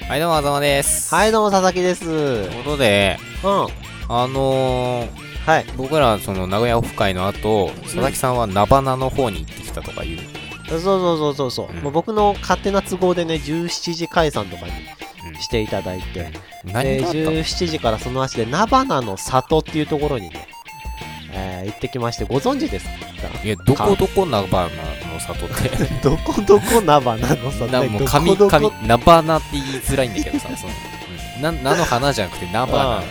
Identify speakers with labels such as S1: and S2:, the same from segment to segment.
S1: はい、どうも、あざまです。
S2: はい、どうも、佐々木です。うん
S1: と。いうことで、
S2: は
S1: あのー、
S2: い。
S1: 僕ら、その、名古屋オフ会の後、佐々木さんはナバナの方に行ってきたとかいう。
S2: そうそうそうそうそう。
S1: うん
S2: もう僕の勝手な都合でね、17時解散とかにしていただいて、
S1: 何
S2: で
S1: があったの
S2: 17時からその足で、菜花の里っていうところにね、えー行ってきまして、ご存知ですか
S1: いや、どこどこナバナの里って。
S2: どこどこ菜花の里
S1: な
S2: ね
S1: もう、
S2: ど
S1: 髪、
S2: こどこ
S1: 髪、ナバナって言いづらいんだけどさ、その、うんな、菜の花じゃなくてナバ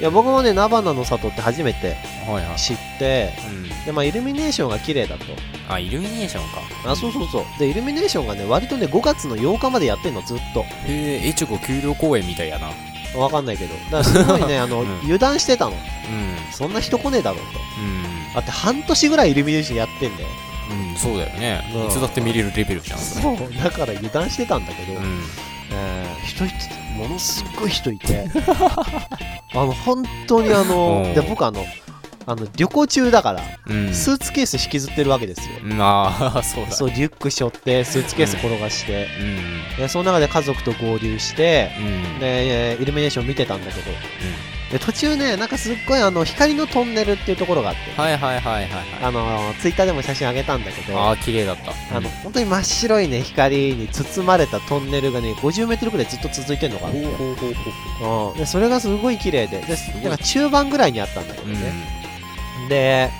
S2: いや、僕もね、菜花の里って初めて
S1: ナ。はいはい。
S2: 知って、
S1: うん。
S2: で、まあ、イルミネーションが綺麗だと。
S1: あ、イルミネーションか。
S2: あ、そうそうそう。で、イルミネーションがね、割とね、5月の8日までやってんの、ずっと。
S1: へえ、越後丘陵公園みたいやな。うん。
S2: わかんないけど。だからすごいね、あ の、
S1: うん
S2: 油断してたの。そんな人来ねえだろうと。だって半年ぐらいイルミネーションやってんだよ。
S1: うん。うん、そうだよね
S2: う。ん
S1: いつだって見れるレベルじゃん、それ。
S2: そう、だから油断してたんだけど、
S1: うん。
S2: えー人いて、ものすごい人いて、 あの、本当にあ
S1: う
S2: の
S1: ん、
S2: で、僕あの、あの旅行中だから、
S1: うん。
S2: スーツケース引きずってるわけですよ。
S1: なあ、 そうだ。
S2: そう、リュック背負って、スーツケース転がして、
S1: うん。
S2: でその中で家族と合流して、
S1: うん。
S2: で、イルミネーション見てたんだけど、で途中ね、なんかすっごいあの、光のトンネルっていうところがあって、
S1: はいはいはいはいはい。
S2: あのツイッターでも写真あげたんだけど、
S1: あ
S2: あ
S1: あ、綺麗だった。
S2: の本当に真っ白いね光に包まれたトンネルがね50メートルぐらいずっと続いてるのかな、
S1: ほうほうほうほ
S2: うんでそれがすごい綺麗でで
S1: ごい
S2: なんか中盤ぐらいにあったんだけ
S1: う。
S2: ど
S1: うん。
S2: ね、で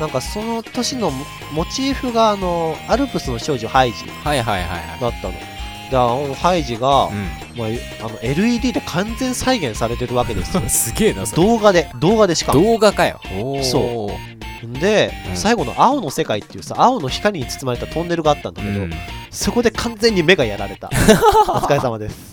S2: なんかその年のモモチーフがあのアルプスの少女ハイジ
S1: はいはいはいは
S2: だったの。であのハイジが、
S1: い。
S2: まあ、あの LED で完全再現されてるわけですよ
S1: うん。すげえな、それ。
S2: 動画で動画でしかも
S1: 動画かよ。おー
S2: そで、
S1: うん
S2: 最後の青の世界っていうさ青の光に包まれたトンネルがあったんだ
S1: う
S2: けど、
S1: ん。
S2: そこで完全に目がやられたお疲れ様です